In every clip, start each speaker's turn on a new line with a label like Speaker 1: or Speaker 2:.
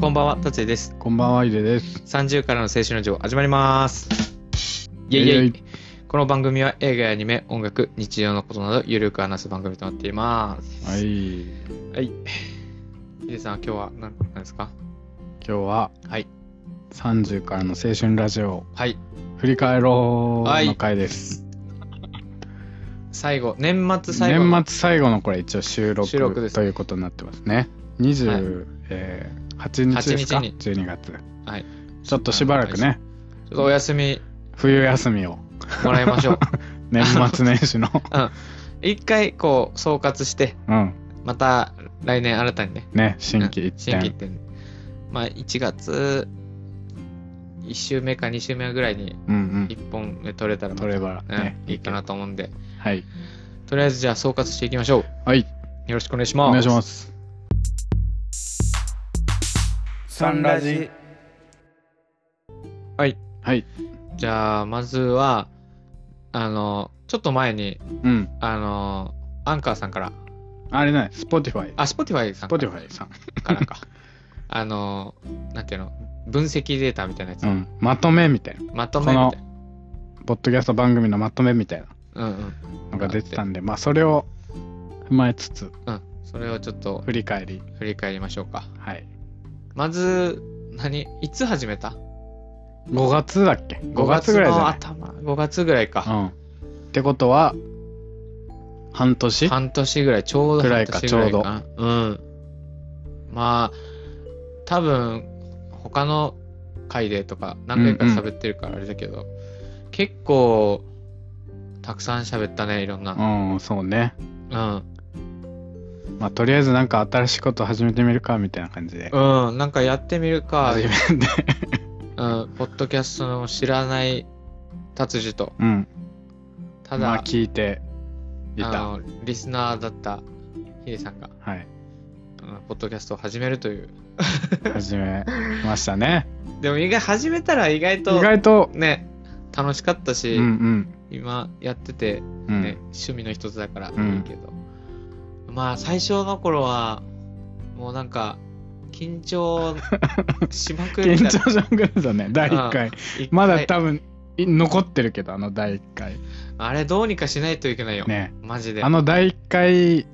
Speaker 1: こんばんは、達也です。
Speaker 2: こんばんは、ゆでです。
Speaker 1: 30からの青春の情始まります。イェイイェイ。この番組は映画やアニメ、音楽、日常のことなどゆるく話す番組となっています。。
Speaker 2: はいい。今
Speaker 1: はい。ヒデさん、今日は何何ですか
Speaker 2: 日は、
Speaker 1: はい。
Speaker 2: 30からの青春ラジオ、
Speaker 1: はい。
Speaker 2: 振り返ろ
Speaker 1: は
Speaker 2: う
Speaker 1: い
Speaker 2: の回です。
Speaker 1: 最後、年末最後の。
Speaker 2: 年末最後のこれ一応収録
Speaker 1: 収録です
Speaker 2: ということになってますね。28日ですか
Speaker 1: 8日に
Speaker 2: ?12 月。
Speaker 1: はい。
Speaker 2: ちょっとしばらくね、
Speaker 1: ちょっとお休み
Speaker 2: 冬休みを、
Speaker 1: もらいましょ う。
Speaker 2: 年末年 始の、
Speaker 1: 一回、こう、総括して、
Speaker 2: うん、
Speaker 1: また来年新たにね。
Speaker 2: ね、新規一
Speaker 1: 新規一
Speaker 2: 点。
Speaker 1: 点。まあ、1月、1週目か2週目ぐらいに
Speaker 2: うん
Speaker 1: 1本目取れたら
Speaker 2: う
Speaker 1: また
Speaker 2: ん。取ればね、
Speaker 1: うん、いいかなと思うんで、
Speaker 2: はい。
Speaker 1: とりあえずじゃあ総括していきましょう。
Speaker 2: はい、
Speaker 1: よろしくお願いします。
Speaker 2: お願いしま。す。
Speaker 3: サンラジ
Speaker 2: はい。
Speaker 1: じゃあ、まずは、あの、ちょっと前に、
Speaker 2: うん。
Speaker 1: あの、アンカーさんから、
Speaker 2: あれね、Spotify。
Speaker 1: あ、Spotify さんから
Speaker 2: Spotify さん。
Speaker 1: から か。あの、なんていうの、分析データみたいなやつ、
Speaker 2: うん。まとめみたいな。
Speaker 1: まとめみたい
Speaker 2: ポッドキャスト番組のまとめみたいな
Speaker 1: な。うんうん。
Speaker 2: のが出てたんで、まあそれを踏まえつつ、
Speaker 1: うん。それをちょっと
Speaker 2: 振り返り。
Speaker 1: 振り返りましょうか。
Speaker 2: はい。
Speaker 1: まず、何いつ始めた
Speaker 2: 5月だっけ ?5 月ぐらいじゃ
Speaker 1: の
Speaker 2: ない
Speaker 1: 頭。5月ぐらいか。
Speaker 2: うん。ってことは、半年
Speaker 1: 半年ぐらい、ちょうど半年ぐらいかな。うん。まあ、多分、他の回でとか、何回か喋ってるからあれだけど、結構、たくさん喋ったね、いろんな。
Speaker 2: うん、そうね。
Speaker 1: うん。
Speaker 2: まあとりあえずなんか新しいこと始めてみるかみたいな感じで。
Speaker 1: うん、なんかやってみるか、
Speaker 2: 始めて。
Speaker 1: うん、ポッドキャストの知らない達治と、
Speaker 2: うん。
Speaker 1: ただ、
Speaker 2: まあ聞いてい
Speaker 1: あ
Speaker 2: た。
Speaker 1: の、リスナーだったヒデさんが、
Speaker 2: はい。
Speaker 1: うんポッドキャストを始めるという。
Speaker 2: 始めましたね。
Speaker 1: でも意外、始めたら意外
Speaker 2: 意
Speaker 1: と、
Speaker 2: 外と、
Speaker 1: ね、楽しかった
Speaker 2: う
Speaker 1: し、
Speaker 2: ん
Speaker 1: 今やってて、
Speaker 2: うん。う
Speaker 1: ね
Speaker 2: ん。
Speaker 1: 趣味の一つだからい
Speaker 2: うん
Speaker 1: いけど、まあ最初の頃はもうなんか緊 張しまく
Speaker 2: 緊
Speaker 1: りみたいな
Speaker 2: 張症ぐらいだね、第1回。
Speaker 1: 一回
Speaker 2: まだ多分、い残ってるけど、あの第1回。
Speaker 1: あれどうにかしないといけないよ、
Speaker 2: ね
Speaker 1: マジで
Speaker 2: あの第1回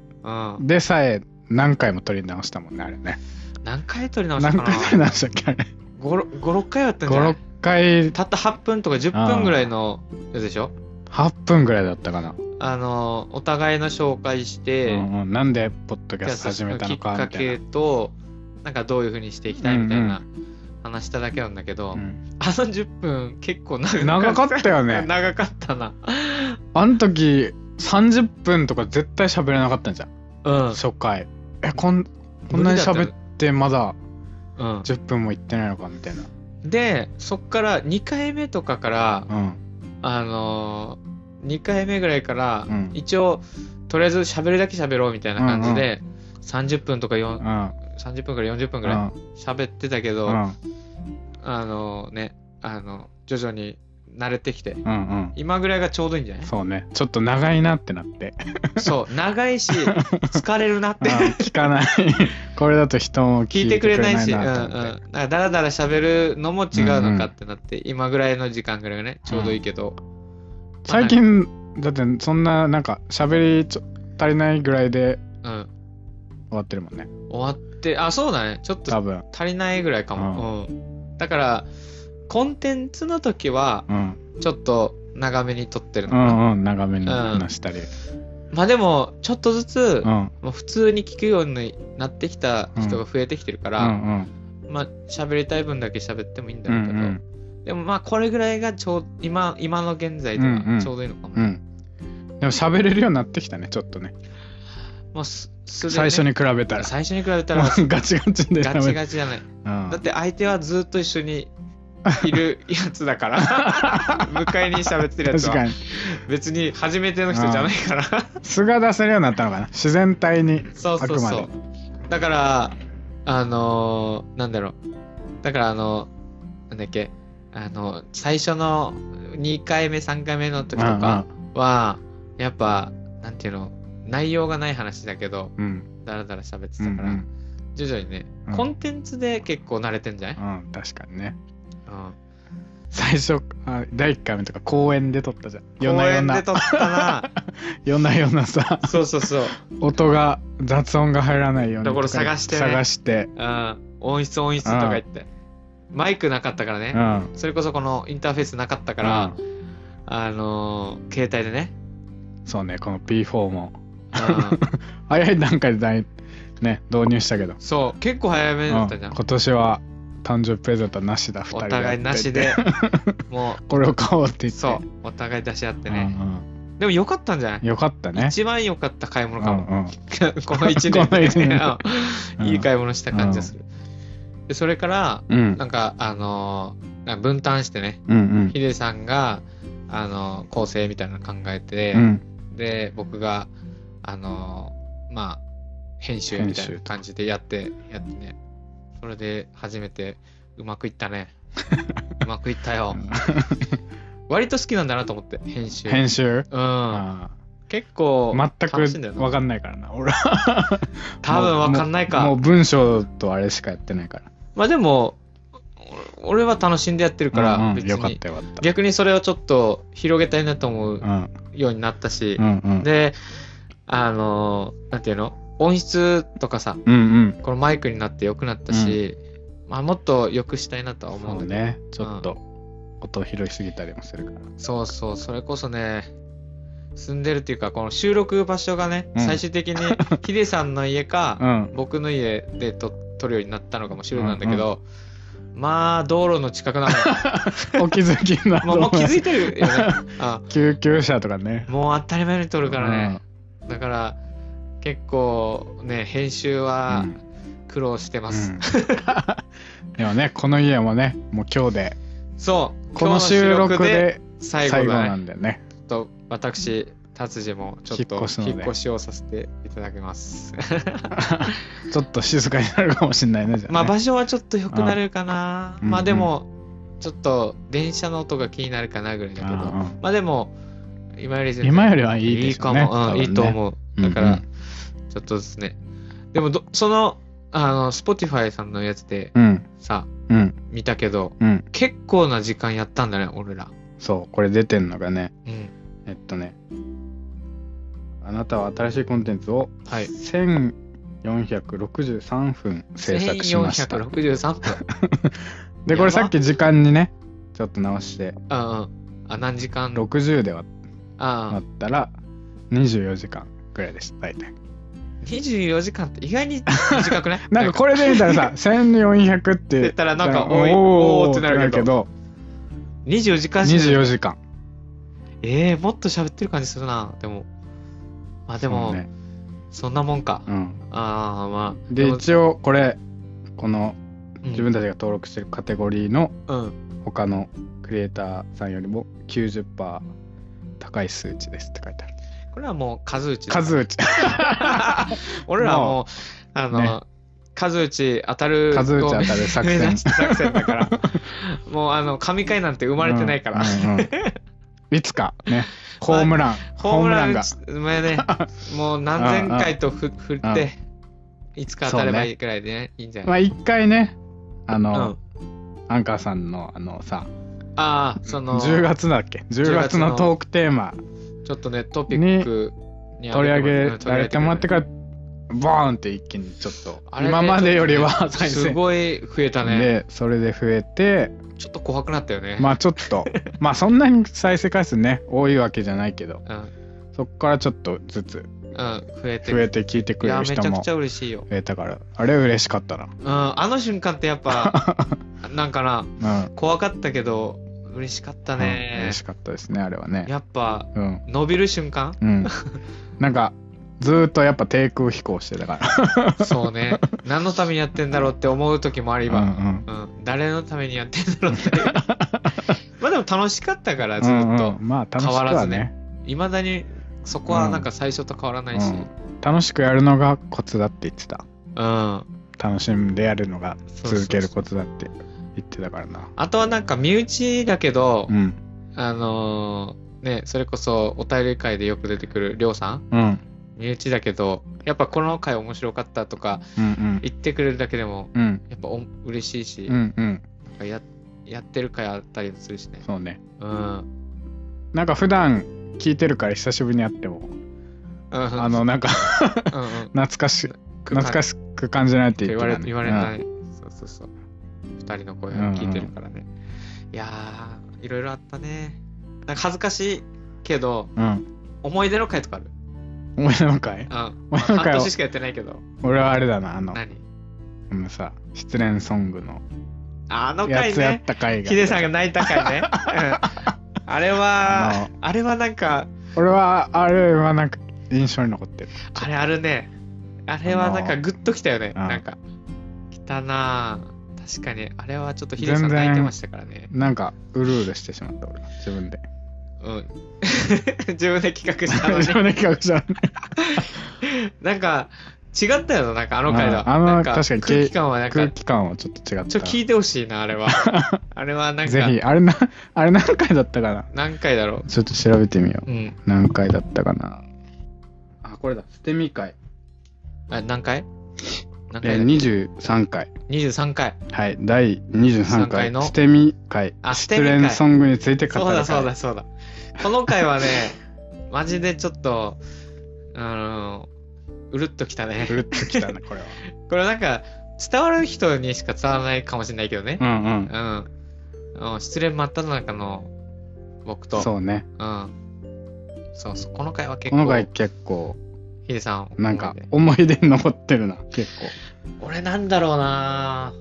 Speaker 1: うん、
Speaker 2: でさえ何回も撮り直したもんね、あれね。
Speaker 1: 何回撮り直した
Speaker 2: 何
Speaker 1: かな
Speaker 2: 回撮り直したっけ、あれ。
Speaker 1: 56回はやったんじゃな
Speaker 2: 5、6
Speaker 1: い
Speaker 2: 回、
Speaker 1: たった8分とか10分ぐらいのやつでしょ
Speaker 2: 8分ぐらいだったかな。
Speaker 1: あのお互いの紹介して、
Speaker 2: うんうんなんで、ポッドキャスト始めた
Speaker 1: き
Speaker 2: の
Speaker 1: っ
Speaker 2: か、
Speaker 1: か
Speaker 2: みたい
Speaker 1: け
Speaker 2: な。
Speaker 1: となんかどういうふうにしていきたいみたいな話しただけなんだけど、
Speaker 2: うん
Speaker 1: あの10分結構長
Speaker 2: 長かったよね。
Speaker 1: 長かったな。
Speaker 2: あの時、30分とか絶対喋れなかったんじゃん。
Speaker 1: うん。
Speaker 2: 初回。え、こん、こんなに喋ってまだ
Speaker 1: うん。
Speaker 2: 10分もいってないのか、みたいな。
Speaker 1: で、そっから2回目とかから、
Speaker 2: うん。
Speaker 1: あのー、2回目ぐらいから、
Speaker 2: うん
Speaker 1: 一応、とりあえず喋るだけ喋ろうみたいな感じで、30分とか
Speaker 2: う
Speaker 1: 4
Speaker 2: ん。うん
Speaker 1: 30分から40分ぐらい喋ってたけど、
Speaker 2: うん。
Speaker 1: あのーね、あの、徐々に慣れてきて、
Speaker 2: うん。うん。
Speaker 1: 今ぐらいがちょうどいいんじゃない
Speaker 2: そうね。ちょっと長いなってなって。
Speaker 1: そう、長いし、疲れるなっ
Speaker 2: うん
Speaker 1: て。
Speaker 2: 聞 かない。これだと人も
Speaker 1: 聞いてくれないし、うんうん。
Speaker 2: と
Speaker 1: なん
Speaker 2: 思って
Speaker 1: かだらだら喋るのも違うのかってなって、今ぐらいの時間ぐらいがね、ちょうどいいけど。
Speaker 2: 最近、だってそんな、なんか、喋りちょ足りないぐらいで
Speaker 1: うん。
Speaker 2: 終わってるもんね。
Speaker 1: 終わって、あ、そうだね。ちょっ
Speaker 2: 多
Speaker 1: と
Speaker 2: 分。
Speaker 1: 足りないぐらいかも。うん。だから、コンテンツの時は、
Speaker 2: うん。
Speaker 1: ちょっと長めに撮ってるの
Speaker 2: う
Speaker 1: かな。
Speaker 2: んうん。長めに話したり。
Speaker 1: まあでも、ちょっとずつ、
Speaker 2: うん。
Speaker 1: もう普通に聞くようになってきた人が増えてきてるか
Speaker 2: う
Speaker 1: ら、
Speaker 2: んうん。
Speaker 1: まあ喋りたい分だけ喋ってもいいんだ
Speaker 2: う
Speaker 1: ろうけど、
Speaker 2: ん
Speaker 1: でもまあこれぐらいがちょう今今の現在で
Speaker 2: うんう
Speaker 1: は
Speaker 2: ん
Speaker 1: ちょうどいいのかも、
Speaker 2: うん。うん。でも喋れるようになってきたね、ちょっとね。
Speaker 1: もうすすでね
Speaker 2: 最初に比べたら。
Speaker 1: 最初に比べたら
Speaker 2: ガ
Speaker 1: ガ
Speaker 2: チ ガチで喋る。
Speaker 1: チガチじゃない
Speaker 2: うん
Speaker 1: だって相手はずっと一緒にいるやつだから 向かいに喋ってるや
Speaker 2: 確
Speaker 1: つ
Speaker 2: か
Speaker 1: は
Speaker 2: に。
Speaker 1: 別に初めての人じゃないから
Speaker 2: 素が出せるようになったのかな。自然体に。
Speaker 1: そうそう
Speaker 2: あ
Speaker 1: そ
Speaker 2: く
Speaker 1: うだからあのーなんだろうだからあのなんだっけあの最初の2回目3回目の時とかはやっぱなんていうの内容がない話だけど
Speaker 2: うん
Speaker 1: だらだら喋って
Speaker 2: うん。
Speaker 1: た
Speaker 2: うん
Speaker 1: か
Speaker 2: う
Speaker 1: ら、
Speaker 2: ん。
Speaker 1: 徐々にね、
Speaker 2: うん
Speaker 1: コンテンツで結構慣れてんじゃない、
Speaker 2: うん、確かにね。
Speaker 1: うん
Speaker 2: 最初、あ第1回目とか公園で撮ったじゃん。夜
Speaker 1: 公
Speaker 2: な夜
Speaker 1: 園で
Speaker 2: な、
Speaker 1: 撮った な
Speaker 2: 夜な夜なさ、
Speaker 1: そうそうそう、
Speaker 2: 音が、雑音が入らないようにとか。
Speaker 1: ところ探してね
Speaker 2: 探して。
Speaker 1: うん、音質音質とか言ってマイクなかったからね、
Speaker 2: うん。
Speaker 1: それこそこのインターフェースなかったから、あのー携帯でね、
Speaker 2: うんそうね、この P4 も。
Speaker 1: うん
Speaker 2: 早い段階でだい、ね、導入したけど。
Speaker 1: そう結構早めだったじゃん、
Speaker 2: うん今年は誕生日プレゼントはなしだ、2人
Speaker 1: お
Speaker 2: で。
Speaker 1: 互いなしで。も
Speaker 2: これを買おうって言
Speaker 1: う
Speaker 2: って。
Speaker 1: そうお互い出し合ってね、
Speaker 2: うん
Speaker 1: でも良かったんじゃない
Speaker 2: うんよかったね。
Speaker 1: 一番良かった買い物かも、
Speaker 2: うんうん
Speaker 1: この1年
Speaker 2: この一年
Speaker 1: うんいい買い物した感じがする、でそれから
Speaker 2: うん
Speaker 1: なんかあのーなんか分担してね
Speaker 2: うんうん
Speaker 1: ヒデさんがあのー構成みたいなの考えて、
Speaker 2: うん
Speaker 1: で僕があのーまあ編集みたい
Speaker 2: 編
Speaker 1: な
Speaker 2: 集
Speaker 1: 感じでやってやってねそれで初めてうまくいった ねうまくいったよ割と好きなんだなと思って編集
Speaker 2: 編集
Speaker 1: うん
Speaker 2: あ
Speaker 1: 結構
Speaker 2: ー
Speaker 1: 楽しいんだ
Speaker 2: 全
Speaker 1: よ
Speaker 2: く
Speaker 1: な
Speaker 2: わかんないからな俺は
Speaker 1: 多分わかんない
Speaker 2: もうも
Speaker 1: か
Speaker 2: う文章とあれしかやってないから
Speaker 1: まあでもお俺は楽しんでやってるか
Speaker 2: うんう
Speaker 1: ら
Speaker 2: ん
Speaker 1: 別
Speaker 2: よかっ
Speaker 1: に
Speaker 2: たよかった
Speaker 1: 逆にそれをちょっと広げたいなと思う
Speaker 2: うん
Speaker 1: ようになったし
Speaker 2: うんうん
Speaker 1: であのーなんていうの音質とかさ
Speaker 2: うんうん
Speaker 1: このマイクになって良くなったし、まあ、もっと良くしたいなとは思うんだ
Speaker 2: そう
Speaker 1: けど
Speaker 2: ねちょっと音拾いすぎたりもするから
Speaker 1: そうそうそれこそね住んでるっていうかこの収録場所がね、
Speaker 2: うん
Speaker 1: 最終的に ヒデさんの家か
Speaker 2: うん
Speaker 1: 僕の家でと撮るようになったのかもしれないんだけど、まあ道路の近くなの
Speaker 2: お気づき な
Speaker 1: もうもう気づいてるよねあ
Speaker 2: 救急車とかね
Speaker 1: もう当たり前に撮るからね、だから結構ね編集
Speaker 2: うん
Speaker 1: は
Speaker 2: うん
Speaker 1: 苦労してます、
Speaker 2: うんでもねこの家もねもう今日で
Speaker 1: そう
Speaker 2: この収録で
Speaker 1: 最後
Speaker 2: 最後
Speaker 1: だね
Speaker 2: なんだよね
Speaker 1: ちょっと私達次もちょっと
Speaker 2: 引っ越すので
Speaker 1: 引っ越しをさせていただきます
Speaker 2: ちょっと静かになるかもしれないねじゃあね
Speaker 1: まあ場所はちょっと良くなるかな
Speaker 2: うん
Speaker 1: まあでもちょっと電車の音が気になるかなぐらいだけど
Speaker 2: うんうん
Speaker 1: まあでも今より全然
Speaker 2: 今よりはいいでしょうね
Speaker 1: いいかも、うんいいと思うだから、
Speaker 2: うんうん
Speaker 1: ちょっとですねでもどそのあの Spotify さんのやつで
Speaker 2: うん
Speaker 1: さ
Speaker 2: うん
Speaker 1: 見たけど
Speaker 2: うん
Speaker 1: 結構な時間やったんだね俺ら
Speaker 2: そうこれ出てんのがね
Speaker 1: うん
Speaker 2: えっとねあなたは新しいコンテンツを
Speaker 1: はい
Speaker 2: 1463分制作しました
Speaker 1: 1463分
Speaker 2: でこれさっき時間にねちょっと直して
Speaker 1: うんうんあ何時間
Speaker 2: 60で割
Speaker 1: ああ
Speaker 2: ったら24時間ぐらいでした大体
Speaker 1: 24時間って意外に 短くない
Speaker 2: なんかこれで見た らさ1400っ
Speaker 1: って言
Speaker 2: て
Speaker 1: ったらなんか
Speaker 2: お
Speaker 1: 多い、おーってなるけど。
Speaker 2: ど
Speaker 1: 24時間しか
Speaker 2: 24時間
Speaker 1: ええー、もっと喋ってる感じするな、でも。まあで
Speaker 2: そ
Speaker 1: も、
Speaker 2: う
Speaker 1: そ,、
Speaker 2: ね
Speaker 1: んなもんか。
Speaker 2: うん
Speaker 1: ああ、まあ。
Speaker 2: で
Speaker 1: も
Speaker 2: 一応これこの
Speaker 1: うん
Speaker 2: 自分たちが登録してるカテゴリーの
Speaker 1: うん。
Speaker 2: 他のクリエイターさんよりも90%高い数値ですって書いてある
Speaker 1: これはもう数打ちだ。
Speaker 2: 数値
Speaker 1: 俺らはもう、あの、
Speaker 2: ね
Speaker 1: 数打ち当たる。
Speaker 2: 数値当たる 作
Speaker 1: 目
Speaker 2: 戦
Speaker 1: 指して作戦だ から。もうあの、神回なんて生まれてないから。
Speaker 2: うんうんうんいつか ねホームラン、
Speaker 1: ホームラン
Speaker 2: が
Speaker 1: 打ち、前ね、もう何千回とふ振って、いつか当たればいいくらいでね、いいんじゃ
Speaker 2: ま
Speaker 1: な
Speaker 2: あ
Speaker 1: い
Speaker 2: 一回ねあ
Speaker 1: うん
Speaker 2: の、。アンカーさんのあのさ
Speaker 1: ああ、その、
Speaker 2: 10月だっけ10
Speaker 1: 10
Speaker 2: 月
Speaker 1: 月
Speaker 2: の
Speaker 1: の
Speaker 2: トークテーマ
Speaker 1: ちょっとね、トピックに
Speaker 2: 取り上げられてもらって
Speaker 1: ら、
Speaker 2: からボーンって一気にちょっと
Speaker 1: あれね
Speaker 2: 今までより
Speaker 1: ちょ
Speaker 2: は
Speaker 1: っとね
Speaker 2: 再生
Speaker 1: すごい増えたね。
Speaker 2: でそれで増えて
Speaker 1: ちょっと怖くなったよね。
Speaker 2: まあちょっとまあそんなに再生回数ね多いわけじゃないけど
Speaker 1: うん、
Speaker 2: そこからちょっとずつ
Speaker 1: うん、増えて
Speaker 2: 増えて聞いてく
Speaker 1: い
Speaker 2: れ
Speaker 1: や、
Speaker 2: る
Speaker 1: めち
Speaker 2: 人
Speaker 1: ゃく
Speaker 2: も
Speaker 1: ち
Speaker 2: 増
Speaker 1: ゃ嬉しいよ。
Speaker 2: えたからあれ嬉しかったな
Speaker 1: うん、あの瞬間ってやっ ぱ、なんかな、
Speaker 2: うん
Speaker 1: 怖かったけど、嬉しかった
Speaker 2: うん
Speaker 1: ね
Speaker 2: 嬉。しかったですねあれはね
Speaker 1: やっぱ、
Speaker 2: うん
Speaker 1: 伸びる瞬 間
Speaker 2: うんなんかずーっとやっぱ低空飛行してたから
Speaker 1: そうね。何のためにやってんだろうって思う時もあれば、
Speaker 2: う
Speaker 1: うんん誰のためにやってんだろ うって。まあでも楽しかったから、
Speaker 2: う
Speaker 1: ずっと。
Speaker 2: んうんうんまあ楽しく
Speaker 1: 変わら
Speaker 2: は
Speaker 1: ず
Speaker 2: ね
Speaker 1: ねいまだにそこはなんか最初と変わらないし、
Speaker 2: うん楽しくやるのがコツだって言ってた
Speaker 1: うん
Speaker 2: 楽しんでやるのが
Speaker 1: そうそうそう
Speaker 2: 続けるコツだって言ってたからな
Speaker 1: あとはなんか身内だけど、
Speaker 2: うん
Speaker 1: あのーねそれこそお便り会でよく出てくるりょうさん
Speaker 2: うん
Speaker 1: 身内だけど、やっぱこの回面白かったとか
Speaker 2: うん
Speaker 1: 言ってくれるだけでも、
Speaker 2: うんうん
Speaker 1: やっぱお嬉しいし、
Speaker 2: うんうん
Speaker 1: なんかややってる回あったりもするしね。
Speaker 2: そうね
Speaker 1: うん。うん、
Speaker 2: なんか普段聞いてるから久しぶりに会ってもあ
Speaker 1: あ
Speaker 2: の、なんか
Speaker 1: うんうん、
Speaker 2: 懐かし懐か
Speaker 1: しいっ
Speaker 2: しく感じないって
Speaker 1: て
Speaker 2: 言
Speaker 1: 言
Speaker 2: っ
Speaker 1: われ
Speaker 2: てたね
Speaker 1: 言われない、そうそうそう。二人の声を聞いてるからね。いやー、いろいろあったね。なんか恥ずかしいけど、
Speaker 2: うんうん
Speaker 1: 思い出の回とかある。
Speaker 2: 俺の回
Speaker 1: うん。
Speaker 2: 俺の
Speaker 1: 半
Speaker 2: 回は
Speaker 1: 年しかやってないけど。
Speaker 2: 俺はあれだなあの
Speaker 1: 何
Speaker 2: あのさ失恋ソングの
Speaker 1: あの
Speaker 2: や
Speaker 1: 回
Speaker 2: つやっ
Speaker 1: ね。
Speaker 2: た回が
Speaker 1: ヒデさんが泣いた回ね。うん、あれは
Speaker 2: あ、
Speaker 1: あれはなんか、
Speaker 2: 俺はあれはなんか印象に残ってる
Speaker 1: あれあるね。あれはなんかグッときたよね。
Speaker 2: あの
Speaker 1: なんか、きたなぁ確かに、あれはちょっとヒデさん泣いてましたからね。
Speaker 2: なんかうるうるしてしまった俺自分で
Speaker 1: うん。自分で企画したの
Speaker 2: 自分
Speaker 1: に。
Speaker 2: で企画じゃん
Speaker 1: なんか、違ったよな、なんかあの回だ。
Speaker 2: ああの
Speaker 1: なんか
Speaker 2: 確かに
Speaker 1: 空気感はなんか
Speaker 2: 空、気感はちょっと違った
Speaker 1: ちょっと聞いてほしいな、あ れは。あれはなん
Speaker 2: ぜ
Speaker 1: か、
Speaker 2: ひあれなあれ何回だったかな
Speaker 1: 何回だろ
Speaker 2: ちょっと調べてみよう
Speaker 1: う。うん。
Speaker 2: 何回だったかなあこれだ捨てみ会
Speaker 1: あ何回何
Speaker 2: え
Speaker 1: 回だっ
Speaker 2: ー、23回
Speaker 1: け ?23 回。
Speaker 2: はい第23
Speaker 1: 23回
Speaker 2: 回
Speaker 1: の
Speaker 2: 捨てみ会
Speaker 1: あ捨
Speaker 2: 失
Speaker 1: て身会
Speaker 2: 恋ソングについて語る
Speaker 1: そうだ
Speaker 2: 会
Speaker 1: そうだそうだ。この回はね、 マジでちょっと、あの、うるっときたね
Speaker 2: う。るっときたねこれは
Speaker 1: これなんか、伝わる人にしか伝わらないかもしれないけどね
Speaker 2: う。んうん
Speaker 1: うん。うん、失恋真っ只中の僕と。
Speaker 2: そうね
Speaker 1: うん。そうそう。この回は結
Speaker 2: この回
Speaker 1: 構、
Speaker 2: 結構
Speaker 1: ヒデさん、
Speaker 2: なんか
Speaker 1: 思い出
Speaker 2: 思い出に残ってるな結
Speaker 1: 俺なんだろうな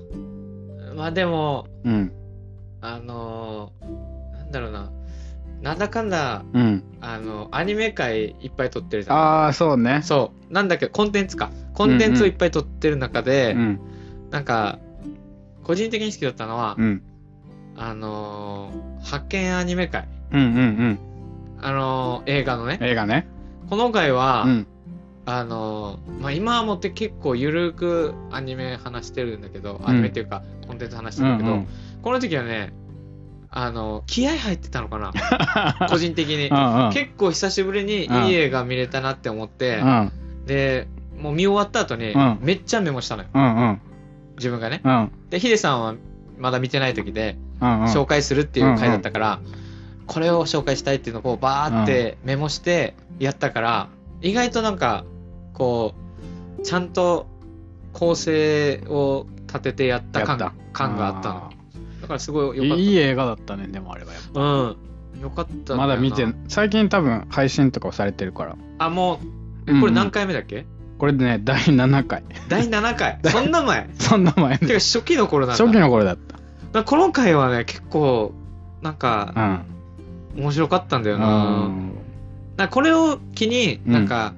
Speaker 1: まあでも、
Speaker 2: 構うん
Speaker 1: あのなんだろうな。なんだかんだ、
Speaker 2: うん
Speaker 1: あの、アニメ界いっぱい撮ってるじゃん。
Speaker 2: ああそうね
Speaker 1: そう。なんだっけど、コンテンツか。コンテンツをいっぱい撮ってる中で、
Speaker 2: うん
Speaker 1: なんか、個人的に好きだったのは、
Speaker 2: うん
Speaker 1: あのー発見アニメ界。
Speaker 2: うんうんうん
Speaker 1: あのー映画のね。
Speaker 2: 映画ね
Speaker 1: この回は、
Speaker 2: うん
Speaker 1: あのーまあ、今はもって結構ゆるくアニメ話してるんだけど、
Speaker 2: ん
Speaker 1: アニメっていうか、コンテンツ話して
Speaker 2: う
Speaker 1: る
Speaker 2: ん
Speaker 1: んだけど、
Speaker 2: うん
Speaker 1: この時はね、あのー気合入ってたのかな 個人的に
Speaker 2: う。んうん
Speaker 1: 結構久しぶりにいい映画見れたなって思って、
Speaker 2: うん
Speaker 1: で、もう見終わった後に、
Speaker 2: うん
Speaker 1: めっちゃメモしたのよ。
Speaker 2: うんうん
Speaker 1: 自分がね。
Speaker 2: うん
Speaker 1: で、ヒデさんはまだ見てない時で、
Speaker 2: うんうん
Speaker 1: 紹介するっていう回だったから、これを紹介したいっていうのをバーってメモしてやったから、意外となんか、こう、ちゃんと構成を立ててやった感
Speaker 2: やった
Speaker 1: 感があったの。だからすごい良かった。
Speaker 2: いい映画だったねでもあればやっぱ
Speaker 1: うん。よかったんよな
Speaker 2: まだ見て最近多分配信とかをされてるから
Speaker 1: あ、も
Speaker 2: うんう
Speaker 1: う、
Speaker 2: ん
Speaker 1: これ何回目だっけ、
Speaker 2: これでね第7回
Speaker 1: 第7回。そんな前
Speaker 2: そんな前
Speaker 1: て
Speaker 2: で
Speaker 1: か初期の頃なんだ。
Speaker 2: 初期の頃だった
Speaker 1: だからこの回はね、結構、なんか、
Speaker 2: うん
Speaker 1: 面白かったんだよ
Speaker 2: う
Speaker 1: な。
Speaker 2: ん
Speaker 1: なんかこれを機に、
Speaker 2: うん
Speaker 1: なんか、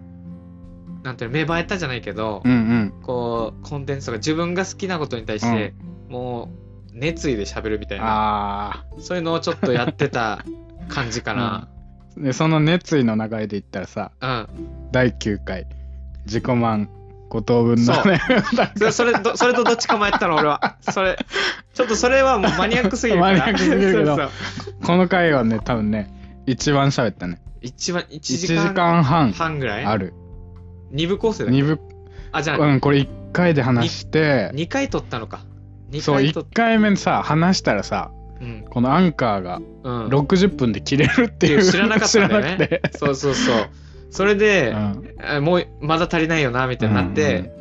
Speaker 1: なんていうの、芽生えたじゃないけど、
Speaker 2: うん
Speaker 1: こう、コンテンツとか自分が好きなことに対して、もう、熱意で喋るみたいな、
Speaker 2: ああ
Speaker 1: そういうのをちょっとやってた感じか な。
Speaker 2: でその熱意の流れで言ったらさ
Speaker 1: うん。
Speaker 2: 第9回自己満5等分のね
Speaker 1: それ、それど、 それとどっちか迷ったの、俺は。それ、ちょっとそれはもうマニアックすぎるから。
Speaker 2: マニアックすぎるけ ど
Speaker 1: そうそう
Speaker 2: この回はね多分ね一番喋ったね
Speaker 1: 一番、1
Speaker 2: 1
Speaker 1: 時
Speaker 2: 時
Speaker 1: 間
Speaker 2: 間半
Speaker 1: 半ぐらい
Speaker 2: ある
Speaker 1: 二部構成だっけ
Speaker 2: 2部
Speaker 1: あ、じゃあ、
Speaker 2: うんこれ1回で話して
Speaker 1: 二回撮ったのか。二
Speaker 2: そう
Speaker 1: 回撮っ
Speaker 2: 1回目さ話したらさ
Speaker 1: うん。
Speaker 2: このアンカーが
Speaker 1: うん。
Speaker 2: 60分で切れるっ
Speaker 1: って
Speaker 2: て
Speaker 1: い
Speaker 2: いうう
Speaker 1: 知らなかったんだよ
Speaker 2: 知らなく
Speaker 1: ね
Speaker 2: て。
Speaker 1: そうそうそう。それで、
Speaker 2: うん
Speaker 1: あもうまだ足りないよなみたいになって、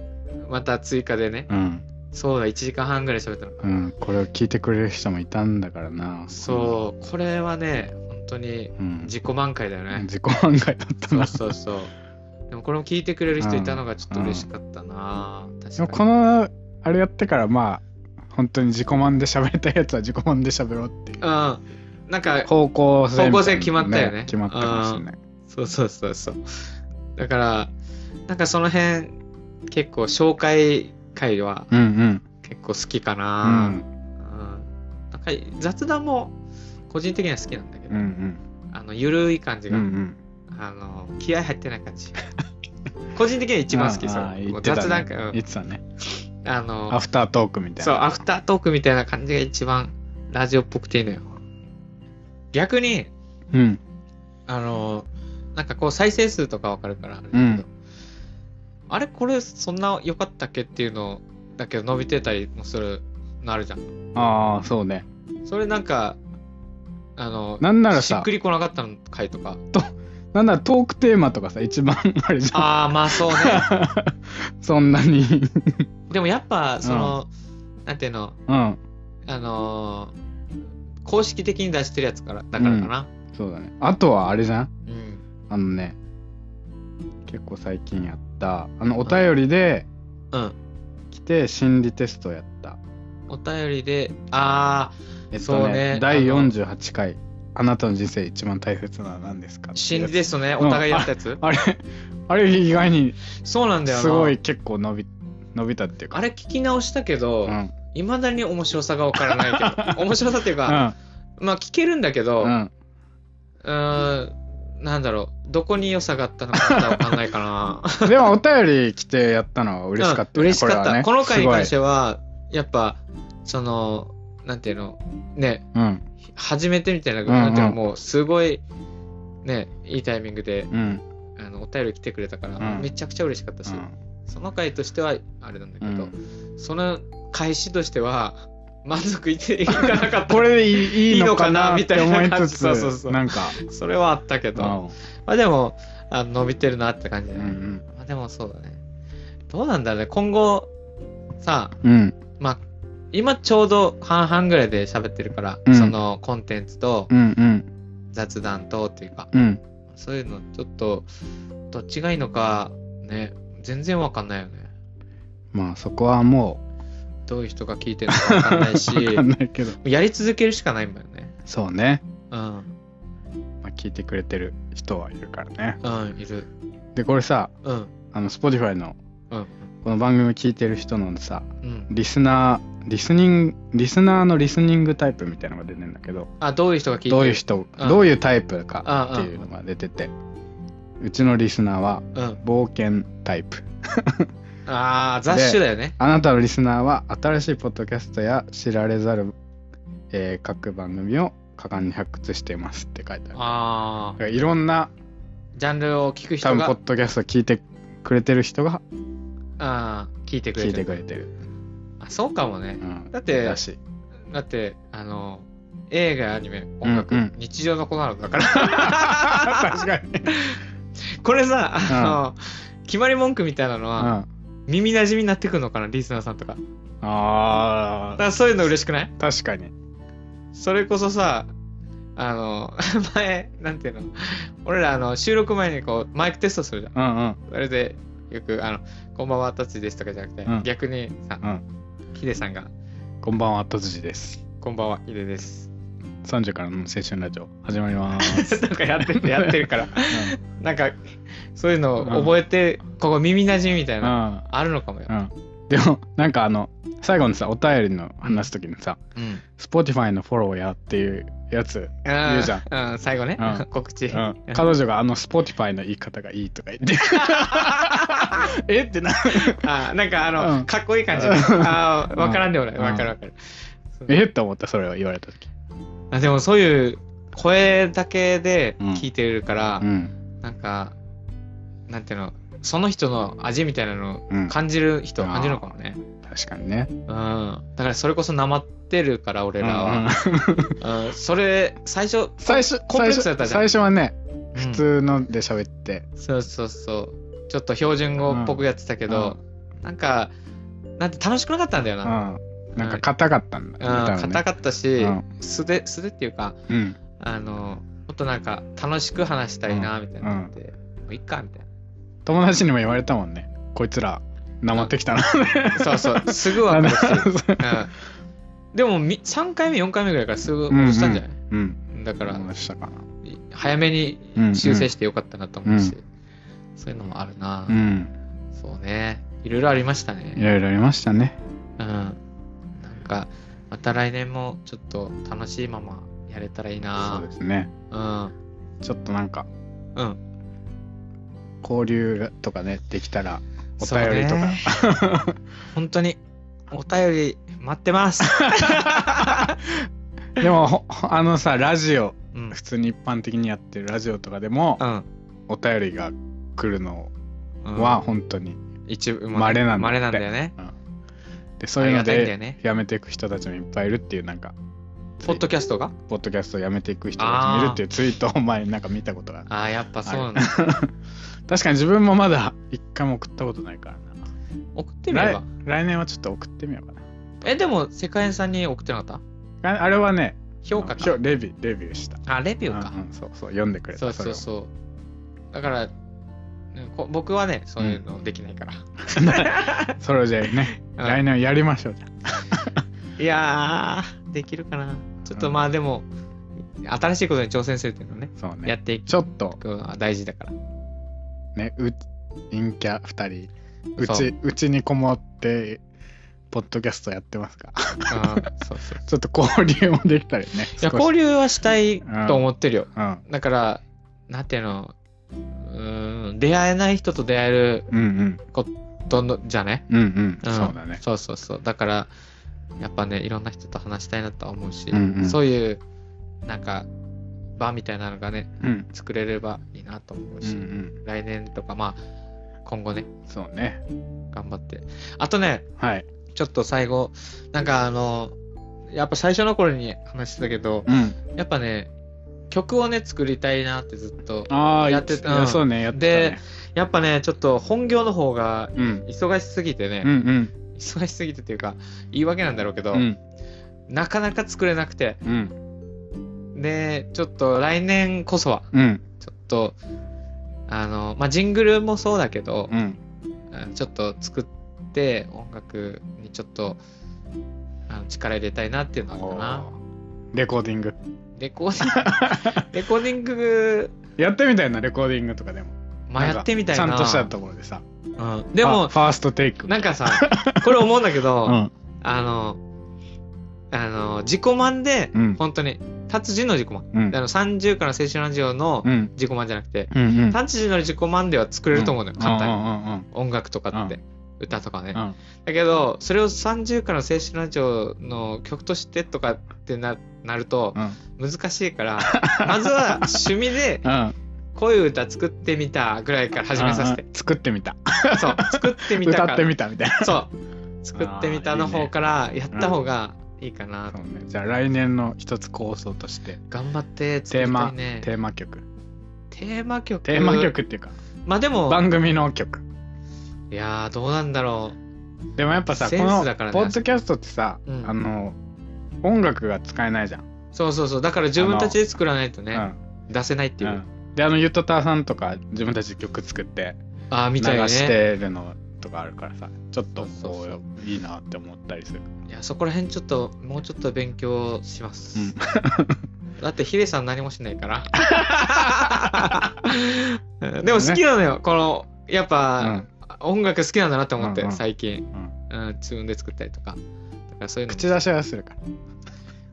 Speaker 1: また追加でね、
Speaker 2: うん
Speaker 1: そうだ、1時間半ぐらい喋ったのか。
Speaker 2: うんこれを聞いてくれる人もいたんだからな
Speaker 1: そう、これはね、本当に
Speaker 2: うん
Speaker 1: 自己満開だよね。
Speaker 2: 自己案外だったな
Speaker 1: そうそうそう。 でもこれも聞いてくれる人いたのがちょっと嬉しかったな、確
Speaker 2: で
Speaker 1: か
Speaker 2: も
Speaker 1: に。
Speaker 2: このあれやってからまあ本当に自己満で喋りたいやつは自己満で喋ろうっていう
Speaker 1: うん。なんか、
Speaker 2: 方向性みたいなのね
Speaker 1: 方向性決まったよね
Speaker 2: 決まったかもしれない
Speaker 1: そうそうそうそう。だから、なんかその辺、結構紹介会は
Speaker 2: うんうん
Speaker 1: 結構好きか
Speaker 2: う
Speaker 1: な。う
Speaker 2: ん
Speaker 1: んなんか雑談も個人的には好きなんだけど、
Speaker 2: うんうん
Speaker 1: あのゆるい感じ
Speaker 2: うんう
Speaker 1: が、あ
Speaker 2: ん
Speaker 1: の気合入ってない感じ個人的には一番好き
Speaker 2: あ
Speaker 1: そ
Speaker 2: あ
Speaker 1: れ
Speaker 2: 言
Speaker 1: もう
Speaker 2: ってたね
Speaker 1: 雑談会、うん
Speaker 2: 言ってたね
Speaker 1: あの
Speaker 2: アフタートークみたい
Speaker 1: そう
Speaker 2: な
Speaker 1: アフタートークみたいな感じが一番ラジオっぽくていいのよ逆に
Speaker 2: うん
Speaker 1: あのなんかこう再生数とかわかるからあれだけど、あれこれそんな良かったっけっていうのだけど伸びてたりもするのあるじゃん
Speaker 2: ああ、そうね。
Speaker 1: それなんかあの
Speaker 2: なんなら
Speaker 1: しっ
Speaker 2: さ
Speaker 1: く、りこなかったの回とか
Speaker 2: なんならトークテーマとかさ、一番あれじゃ ん。
Speaker 1: ああまあそうね
Speaker 2: そんなに。
Speaker 1: でもやっぱその、なんていうの
Speaker 2: うん。
Speaker 1: あのー公式的に出してるやつからだからかな
Speaker 2: そうだね。あとはあれじゃん
Speaker 1: うん、
Speaker 2: あのね、結構最近やった、あの、お便りで
Speaker 1: うん
Speaker 2: 来て心理テストやった。
Speaker 1: お便りでああ
Speaker 2: えっ
Speaker 1: そ
Speaker 2: と
Speaker 1: うね
Speaker 2: ね、第
Speaker 1: あの
Speaker 2: 48回、あなたの人生で一番大切なのは何ですか
Speaker 1: 心理
Speaker 2: ス
Speaker 1: テストねお互いやったやつ、
Speaker 2: ト。あれ、あれ意外に
Speaker 1: そうなんだよな
Speaker 2: すごい結構伸び、伸びたっていうか。
Speaker 1: あれ聞き直したけど、
Speaker 2: うん。
Speaker 1: いまだに面白さがわからない けど面白さっていうか、まあ聞けるんだけど、
Speaker 2: う。
Speaker 1: うん、
Speaker 2: うんん。
Speaker 1: なんだろうどこに良さがあったのかまだわかんないかな
Speaker 2: でもお便り来てやったのは 嬉しかった
Speaker 1: うん
Speaker 2: よね、
Speaker 1: 嬉しかったこ,、
Speaker 2: れはね
Speaker 1: の回に関し
Speaker 2: す
Speaker 1: てはやっぱそのなんていうのね
Speaker 2: ごいうん
Speaker 1: 初めてみたいな,、
Speaker 2: んうん
Speaker 1: なんていうのもうすごいねいいタイミングで
Speaker 2: うん
Speaker 1: あのお便り来てくれたから、
Speaker 2: うん
Speaker 1: めちゃくちゃ嬉しかったし、その回としてはあれなんだけ
Speaker 2: う
Speaker 1: ど、
Speaker 2: ん
Speaker 1: その開始としては満足いっていかなかった
Speaker 2: これでいいいいのかなって思
Speaker 1: いいの
Speaker 2: いつつ
Speaker 1: かなみたいな感じそうそうそう
Speaker 2: なんか
Speaker 1: それはあったけど、まあでも、あの伸びてるなって感じ
Speaker 2: う
Speaker 1: だ
Speaker 2: んう
Speaker 1: ね。
Speaker 2: ん
Speaker 1: まあでもそうだね。どうなんだろうね。今後、さ、
Speaker 2: うん
Speaker 1: まあ、今ちょうど半々ぐらいで喋ってるから、
Speaker 2: うん
Speaker 1: そのコンテンツと
Speaker 2: うんうん
Speaker 1: 雑談とっていうか、
Speaker 2: うん
Speaker 1: そういうのちょっと、どっちがいいのか、ね、全然わかんないよね。
Speaker 2: まあそこはも
Speaker 1: どういう人が聞いてるのかわかんないうし、
Speaker 2: 分かんないけど
Speaker 1: やり続けるしかないんだよね。
Speaker 2: そうね、
Speaker 1: うん、
Speaker 2: まあ、聞いてくれてる人はいるからね
Speaker 1: うん、いる。
Speaker 2: でこれさ
Speaker 1: うん、
Speaker 2: あの Spotify の
Speaker 1: うん、
Speaker 2: この番組聞いてる人のさ
Speaker 1: うん。
Speaker 2: リスナーリスニングリスナーのリスニングタイプみたいなのが出てんだけど
Speaker 1: あ、どういう人が聞いてる
Speaker 2: どういう人、
Speaker 1: うん
Speaker 2: どういうタイプかっていうのが出てて、うちのリスナーは
Speaker 1: うん。
Speaker 2: 冒険タイプ
Speaker 1: ああ、雑種だよね。
Speaker 2: あなたのリスナーは新しいポッドキャストや知られざる、えー各番組を果敢に発掘していますって書いてあるだ
Speaker 1: ああ
Speaker 2: か。らいろんな
Speaker 1: ジャンルを聞く
Speaker 2: 多
Speaker 1: 人
Speaker 2: 分ポ
Speaker 1: が
Speaker 2: ッドキャスト聞いてくれてる人が
Speaker 1: あー聞いてく
Speaker 2: 聞
Speaker 1: れ
Speaker 2: い
Speaker 1: て
Speaker 2: てく
Speaker 1: る
Speaker 2: れてる、
Speaker 1: あそうかもね
Speaker 2: うん、
Speaker 1: だって
Speaker 2: らしい
Speaker 1: だってあの映画やアニメ音楽、
Speaker 2: うんうん
Speaker 1: 日常の子なの だから
Speaker 2: 確かに、
Speaker 1: これさあの、決まり文句みたいなの
Speaker 2: うん、
Speaker 1: は、
Speaker 2: あ
Speaker 1: 耳なじみになってくるのかなリスナーさんとかだ
Speaker 2: あ
Speaker 1: からそういうの嬉しくない
Speaker 2: 確かに
Speaker 1: それこそさあの 前なんていうの俺らあの収録前にこうマイクテストするじゃん
Speaker 2: うんうん
Speaker 1: それでよく「あのこんばんはたちです」とかじゃなくて、
Speaker 2: うん
Speaker 1: 逆にさ、
Speaker 2: うん
Speaker 1: ヒデさんが
Speaker 2: こんばんはとつじです
Speaker 1: 「こんばんはヒデ です」
Speaker 2: 30からの青春ラジオ始まります、
Speaker 1: なんかやっててやってるから
Speaker 2: う
Speaker 1: なんかそういうのを覚えて、ここ耳なじみみたい
Speaker 2: んう
Speaker 1: な、
Speaker 2: ん、
Speaker 1: あるのかもよ、
Speaker 2: うん。でも、なんかあの、最後にさ、お便りの話すときにさ、
Speaker 1: うん、
Speaker 2: Spotify のフォローやっていうやつ、
Speaker 1: 言
Speaker 2: うじゃ
Speaker 1: ん、うん、最後ね、
Speaker 2: うん
Speaker 1: 告 知、
Speaker 2: うん彼女があの Spotify の言い方がいいとか言 って、 えってな、
Speaker 1: あなんかあの、
Speaker 2: うん
Speaker 1: かっこいい感じ、
Speaker 2: うん
Speaker 1: あ分からんでもない
Speaker 2: うん
Speaker 1: 分かる分かる、そう
Speaker 2: えって思った、それを言われたとき。
Speaker 1: あでもそういう声だけで
Speaker 2: うん
Speaker 1: 聞いてるから、
Speaker 2: うん。
Speaker 1: なんかなんていうのその人の味みたいなの
Speaker 2: う
Speaker 1: を
Speaker 2: ん。
Speaker 1: 感じる人は感じるのかもね、
Speaker 2: 確かにね。
Speaker 1: うん、だからそれこそなまってるから俺らは、
Speaker 2: うんうん
Speaker 1: うんそれ最初
Speaker 2: 最初、
Speaker 1: コンプレ
Speaker 2: 最
Speaker 1: ックスだった
Speaker 2: 初
Speaker 1: じゃん
Speaker 2: 最初はね、
Speaker 1: 普
Speaker 2: 普通ので喋って、
Speaker 1: そうそうそうちょっと標準語っぽくやってたけど、なんかなんて楽しくなかったんだよ
Speaker 2: う
Speaker 1: な、
Speaker 2: ん。なんか硬かったんだ
Speaker 1: う
Speaker 2: ね、
Speaker 1: ん
Speaker 2: 多分
Speaker 1: 硬
Speaker 2: ね。
Speaker 1: かったし、
Speaker 2: うん
Speaker 1: 素で素でっていうか
Speaker 2: うん。
Speaker 1: あのもっとなんか楽しく話したいなみたいになって、もういっかみたい
Speaker 2: 友達にも言われたもんね、こいつら、なまってきたな。
Speaker 1: なそう そうすぐ分かるし、
Speaker 2: う
Speaker 1: うん、でもみ3回目4回目ぐらいからすぐ押したんじゃない、
Speaker 2: ん。
Speaker 1: だから、
Speaker 2: 友達したかな。
Speaker 1: 早めに修正してよかったなと思うし、そういうのもあるな、
Speaker 2: うん。
Speaker 1: そうねいろいろありましたね
Speaker 2: いろいろありましたね。
Speaker 1: うん。なんか、また来年もちょっと楽しいままやれたらいい
Speaker 2: そ
Speaker 1: な
Speaker 2: うですね。
Speaker 1: うん。
Speaker 2: ちょっとなんか
Speaker 1: うん。
Speaker 2: 交流とかねできたらお
Speaker 1: そうね
Speaker 2: 便りとか、
Speaker 1: 本当に、お便り待ってます。
Speaker 2: でもほほあのさラジオ
Speaker 1: うん。
Speaker 2: 普通に一般的にやってるラジオとかでも
Speaker 1: うん。
Speaker 2: お便りが来るの
Speaker 1: うん
Speaker 2: は本当に
Speaker 1: 一部もね
Speaker 2: 稀なんだ
Speaker 1: 稀なんだよね。
Speaker 2: でそういうの
Speaker 1: ありがたいん
Speaker 2: で
Speaker 1: だよね
Speaker 2: やめていく人たちもいっぱいいるっていうなんか
Speaker 1: ポッドキャストが
Speaker 2: ポッドキャストをやめていく人たちもいるっていうツイートを前になんか見たことがある
Speaker 1: ああ、やっぱそうなんだ。
Speaker 2: 確かに自分もまだ一回も送ったことないからな
Speaker 1: 送ってみれば
Speaker 2: 来。来年はちょっと送ってみようかな
Speaker 1: え、でも、世界遺産に送ってなかった
Speaker 2: ああれはね
Speaker 1: 評価
Speaker 2: ひょ
Speaker 1: か。
Speaker 2: レビューレビューした
Speaker 1: あ、レビューか
Speaker 2: う。んうんそうそう読んでくれた
Speaker 1: そうそう
Speaker 2: う
Speaker 1: そう。だから、ねこ僕はね、そういうのできないから。
Speaker 2: それをじゃあね
Speaker 1: うん
Speaker 2: 来年やりましょうじゃ
Speaker 1: いやー、できるかな。ちょっとまあでも、新しいことに挑戦するっていうのはね、
Speaker 2: あそう
Speaker 1: や
Speaker 2: ね
Speaker 1: っていく
Speaker 2: ちょっと
Speaker 1: のは大事だから。
Speaker 2: ねう陰キャ2人う
Speaker 1: そう
Speaker 2: ちうちにこもってポッドキャストやってますか
Speaker 1: うん、そうそう。
Speaker 2: ちょっと交流もできたりね
Speaker 1: いや、
Speaker 2: 少し
Speaker 1: 交流はしたいと思ってるよ。
Speaker 2: うん
Speaker 1: だから、なんていうの、うーん、出会えない人と出会える
Speaker 2: うんうん
Speaker 1: どんどんじゃね、
Speaker 2: うんうん、
Speaker 1: ん、
Speaker 2: そうだね
Speaker 1: そうそうそう。だから、やっぱね、いろんな人と話したいなとは思うし、
Speaker 2: うんうん
Speaker 1: そういう、なんか、場みたいなのがね、
Speaker 2: うん
Speaker 1: 作れればいいなと思う
Speaker 2: うんう
Speaker 1: し、
Speaker 2: ん
Speaker 1: 来年とか、まあ、今後ね、
Speaker 2: そうね
Speaker 1: 頑張って。あとね、
Speaker 2: はい
Speaker 1: ちょっと最後、なんかあの、やっぱ最初の頃に話してたけど、
Speaker 2: うん
Speaker 1: やっぱね、曲をね、作りたいなってずっと。
Speaker 2: ああ
Speaker 1: やってた
Speaker 2: い
Speaker 1: うん
Speaker 2: やそうねやってたね
Speaker 1: やっぱね、ちょっと本業の方が
Speaker 2: うん
Speaker 1: 忙しすぎてね、
Speaker 2: うんうん
Speaker 1: 忙しすぎてっていうか、言い訳なんだろうけど、
Speaker 2: うん
Speaker 1: なかなか作れなくて、
Speaker 2: うん
Speaker 1: で、ちょっと来年こそは、
Speaker 2: うん
Speaker 1: ちょっと、あの、まあ、ジングルもそうだけど、
Speaker 2: うん
Speaker 1: あちょっと作って、音楽にちょっと、あの力入れたいなっていうのはあるかな。
Speaker 2: レコーディング
Speaker 1: レコーディング、レコーディング、
Speaker 2: やってみたいなレコーディングとかでも
Speaker 1: まあ、
Speaker 2: なんか
Speaker 1: やってみたいな。
Speaker 2: ちゃんとしたところでさ
Speaker 1: うんでも
Speaker 2: ファ、ファーストテイク
Speaker 1: なんかさ、これ思うんだけど、
Speaker 2: うん
Speaker 1: あの、あの、自己満で、
Speaker 2: うん
Speaker 1: 本当に、達人の自己満。
Speaker 2: うん
Speaker 1: あの30から青春ラジオの
Speaker 2: うん
Speaker 1: 自己満じゃなくて、
Speaker 2: うんうん
Speaker 1: 達人の自己満では作れると思うのよ、簡単に。音楽とかって、
Speaker 2: う
Speaker 1: 歌とかね。
Speaker 2: うんうんうんうん
Speaker 1: だけど、それを30から青春ラジオの曲としてとかってななると
Speaker 2: う、ん
Speaker 1: 難しいから、まずは趣味で、
Speaker 2: うん
Speaker 1: こういう歌作ってみたぐらいから始めさせて
Speaker 2: うん。うん作ってみた
Speaker 1: そう、作ってみた
Speaker 2: 歌
Speaker 1: から。
Speaker 2: ってみたみたいな
Speaker 1: そう。作ってみたの方からやった方がいいかな。
Speaker 2: そうねじゃあ来年の一つ構想として
Speaker 1: 頑張って作
Speaker 2: テー
Speaker 1: りた
Speaker 2: マ
Speaker 1: いね。
Speaker 2: テーマ曲
Speaker 1: テーマ曲。
Speaker 2: テーマ。曲っていうか
Speaker 1: まあでも、
Speaker 2: 番組の曲
Speaker 1: いやー、どうなんだろ
Speaker 2: でもやっぱさ
Speaker 1: セ
Speaker 2: こ
Speaker 1: ン
Speaker 2: の
Speaker 1: ス
Speaker 2: ポ
Speaker 1: だからね
Speaker 2: ッドキャストってさ
Speaker 1: うん
Speaker 2: あの音楽が使えないじゃん
Speaker 1: う。そうそうそう。だから自分たちで作らないとね、出せないって
Speaker 2: う
Speaker 1: い
Speaker 2: んう
Speaker 1: う。
Speaker 2: んであのゆとたさんとか自分たちで曲作って
Speaker 1: ああ、
Speaker 2: 流
Speaker 1: みたい
Speaker 2: し
Speaker 1: ね。
Speaker 2: てるのとかあるからさちょっと
Speaker 1: そう
Speaker 2: こ
Speaker 1: そう
Speaker 2: ういいなって思ったりする
Speaker 1: いや、そこら辺ちょっと、もうちょっと勉強します。
Speaker 2: うん
Speaker 1: だってヒデさん何もしない から。でも好きなのよ。この、やっぱ、音楽好きなんだなって思って、
Speaker 2: うんうん
Speaker 1: 最近、うん自分で作ったりとか。だからそういうのも
Speaker 2: 口出しはするから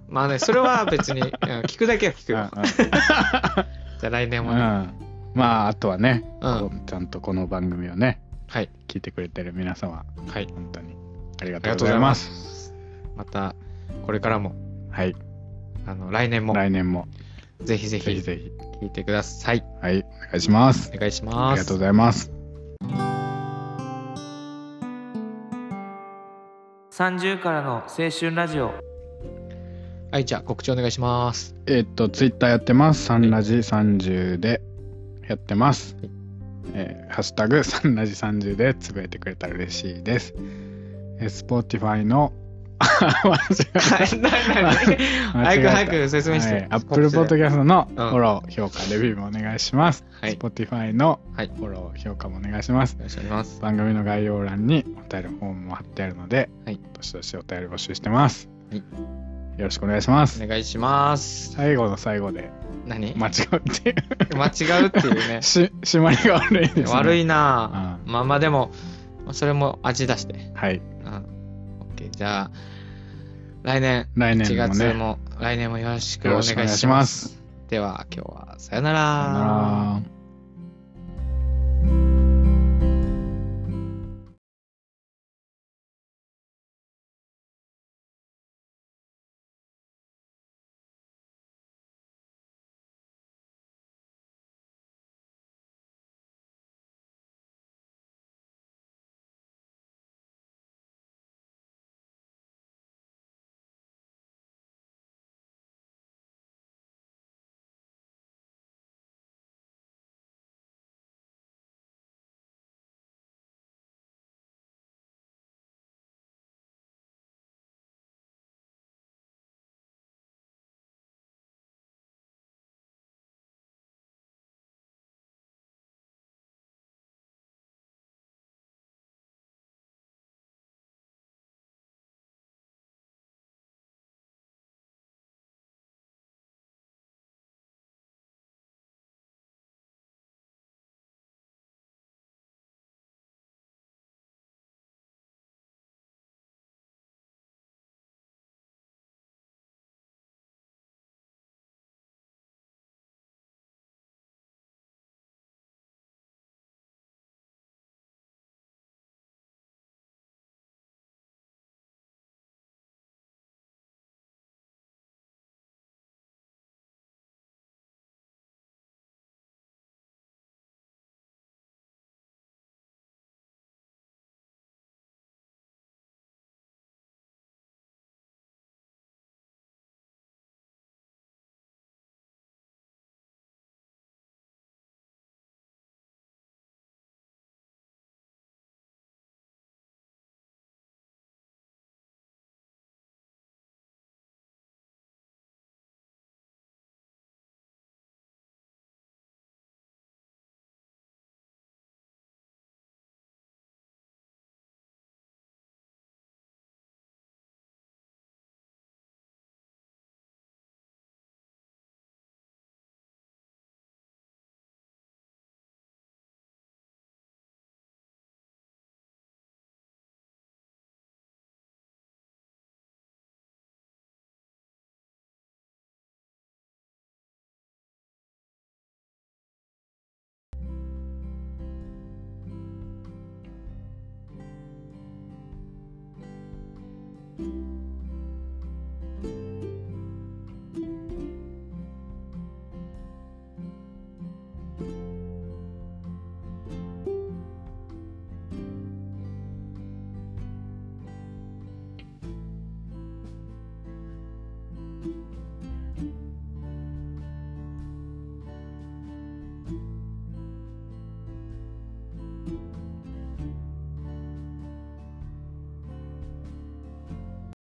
Speaker 1: まあね、それは別に、 うん聞くだけは聞くよ。じゃあ来年
Speaker 2: うん
Speaker 1: も
Speaker 2: うんう
Speaker 1: ね、
Speaker 2: んまああとはね
Speaker 1: うん
Speaker 2: こうちゃんとこの番組をね
Speaker 1: はい。
Speaker 2: 聞いてくれてる皆様
Speaker 1: はい。
Speaker 2: 本当にありが
Speaker 1: ありが
Speaker 2: とうご
Speaker 1: とうご
Speaker 2: ざ
Speaker 1: ざ
Speaker 2: い
Speaker 1: い
Speaker 2: ま
Speaker 1: ますす。また、これからも、
Speaker 2: はい
Speaker 1: あの、来年も、
Speaker 2: 来年も
Speaker 1: ぜひぜ
Speaker 2: ぜひ
Speaker 1: ひ
Speaker 2: ぜ
Speaker 1: 聞
Speaker 2: ひ
Speaker 1: いてください。
Speaker 2: はいお願いします
Speaker 1: お願いします。
Speaker 2: ありがとうございます
Speaker 3: 30からの青春ラジオ
Speaker 1: はい、じゃあ告知お願いし ます。
Speaker 2: えっとツイッターやってますサンラジ30でやってますえーハッシュタグサンラジ30でつぶえてくれたら嬉しいですえー Spotify の あ間違え た
Speaker 1: はい、なな
Speaker 2: 間違
Speaker 1: 早
Speaker 2: え
Speaker 1: く
Speaker 2: た
Speaker 1: 早く説明し
Speaker 2: は
Speaker 1: て
Speaker 2: い。、Apple Podcast のフ
Speaker 1: うん
Speaker 2: ォロー、評価、レビューもお願いします。
Speaker 1: はい。よ
Speaker 2: Spotify のフ
Speaker 1: はい
Speaker 2: ォロー、評価もお願いします。
Speaker 1: ろしくお願いします。
Speaker 2: 番組の概要欄にお便りフォームも貼ってあるので、
Speaker 1: はい
Speaker 2: どしどしお便り募集してます。
Speaker 1: はい
Speaker 2: よろしくお願いします。
Speaker 1: お願いします。
Speaker 2: 最後の最後で
Speaker 1: 何
Speaker 2: 間違うっていう。
Speaker 1: 間違うって いうね
Speaker 2: し締まりが悪いです、ね。
Speaker 1: 悪い
Speaker 2: うん
Speaker 1: なぁ。
Speaker 2: は
Speaker 1: まあまあでも、それも味出して。
Speaker 2: い。
Speaker 1: うん。OK。じゃあ、来年、
Speaker 2: 来
Speaker 1: 1
Speaker 2: 年も
Speaker 1: 月
Speaker 2: ね。
Speaker 1: も、来年もよろしくお
Speaker 2: よ
Speaker 1: 願
Speaker 2: ろ
Speaker 1: い
Speaker 2: し
Speaker 1: し
Speaker 2: くお願
Speaker 1: ま
Speaker 2: い
Speaker 1: す。
Speaker 2: します。
Speaker 1: では、今日はさよな
Speaker 2: さよ
Speaker 1: ら
Speaker 2: なら